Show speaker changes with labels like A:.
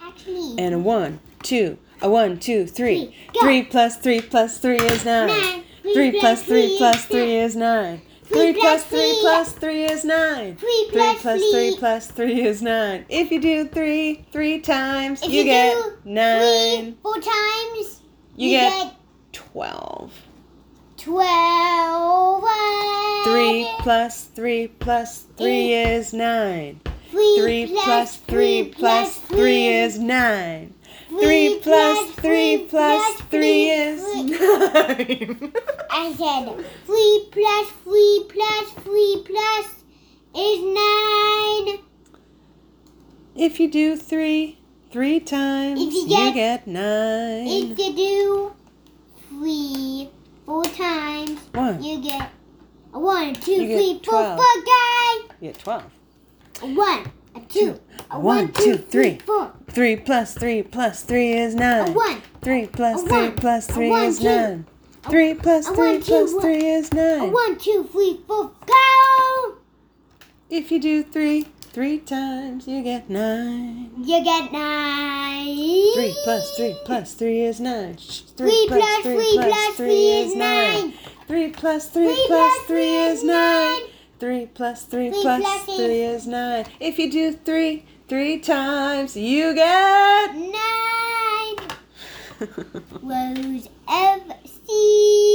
A: That's me.
B: and a one, two, a one, two, three.
A: Three, go.
B: Three plus three plus three is nine.
A: Nine.
B: Three plus three plus three
A: is
B: is nine.
A: Three
B: Three plus
A: plus
B: three
A: three-
B: plus three is nine.
A: Three
B: Three
A: plus
B: plus three
A: three-
B: plus three is nine. If you do three three times,
A: If
B: you get
A: do
B: nine.
A: Three, four times.
B: You get twelve.
A: twelve.
B: Three plus three plus three is nine. Three plus three plus three is nine. Three plus three plus three is
A: three.
B: nine.
A: I said three plus three plus three plus is nine.
B: If you do three three times,
A: If you
B: you get,
A: get-
B: nine.
A: If you do three four times,
B: One. You
A: you get a one, two,
B: You get
A: three, four,
B: twelve.
A: four, guy.
B: get twelve.
A: A one, a two,
B: A one, two, three.
A: four.
B: Three plus three plus three is nine.
A: A one,
B: Three plus
A: a
B: three
A: one,
B: plus
A: a
B: three
A: one,
B: is
A: two,
B: nine. Three plus
A: a
B: three
A: one, two,
B: plus
A: one.
B: three is
A: a
B: nine.
A: one, two, three, four, go.
B: If you do three three times, you get nine.
A: You get nine.
B: Three plus three plus three is nine. Shh,
A: Three plus three plus three is nine.
B: Three plus three
A: Three
B: plus
A: plus
B: three
A: three
B: is
A: is
B: nine.
A: nine.
B: Three plus three
A: Three
B: plus
A: plus eight.
B: three is nine. If you do three three times, you get.
A: Nine. Rose FC.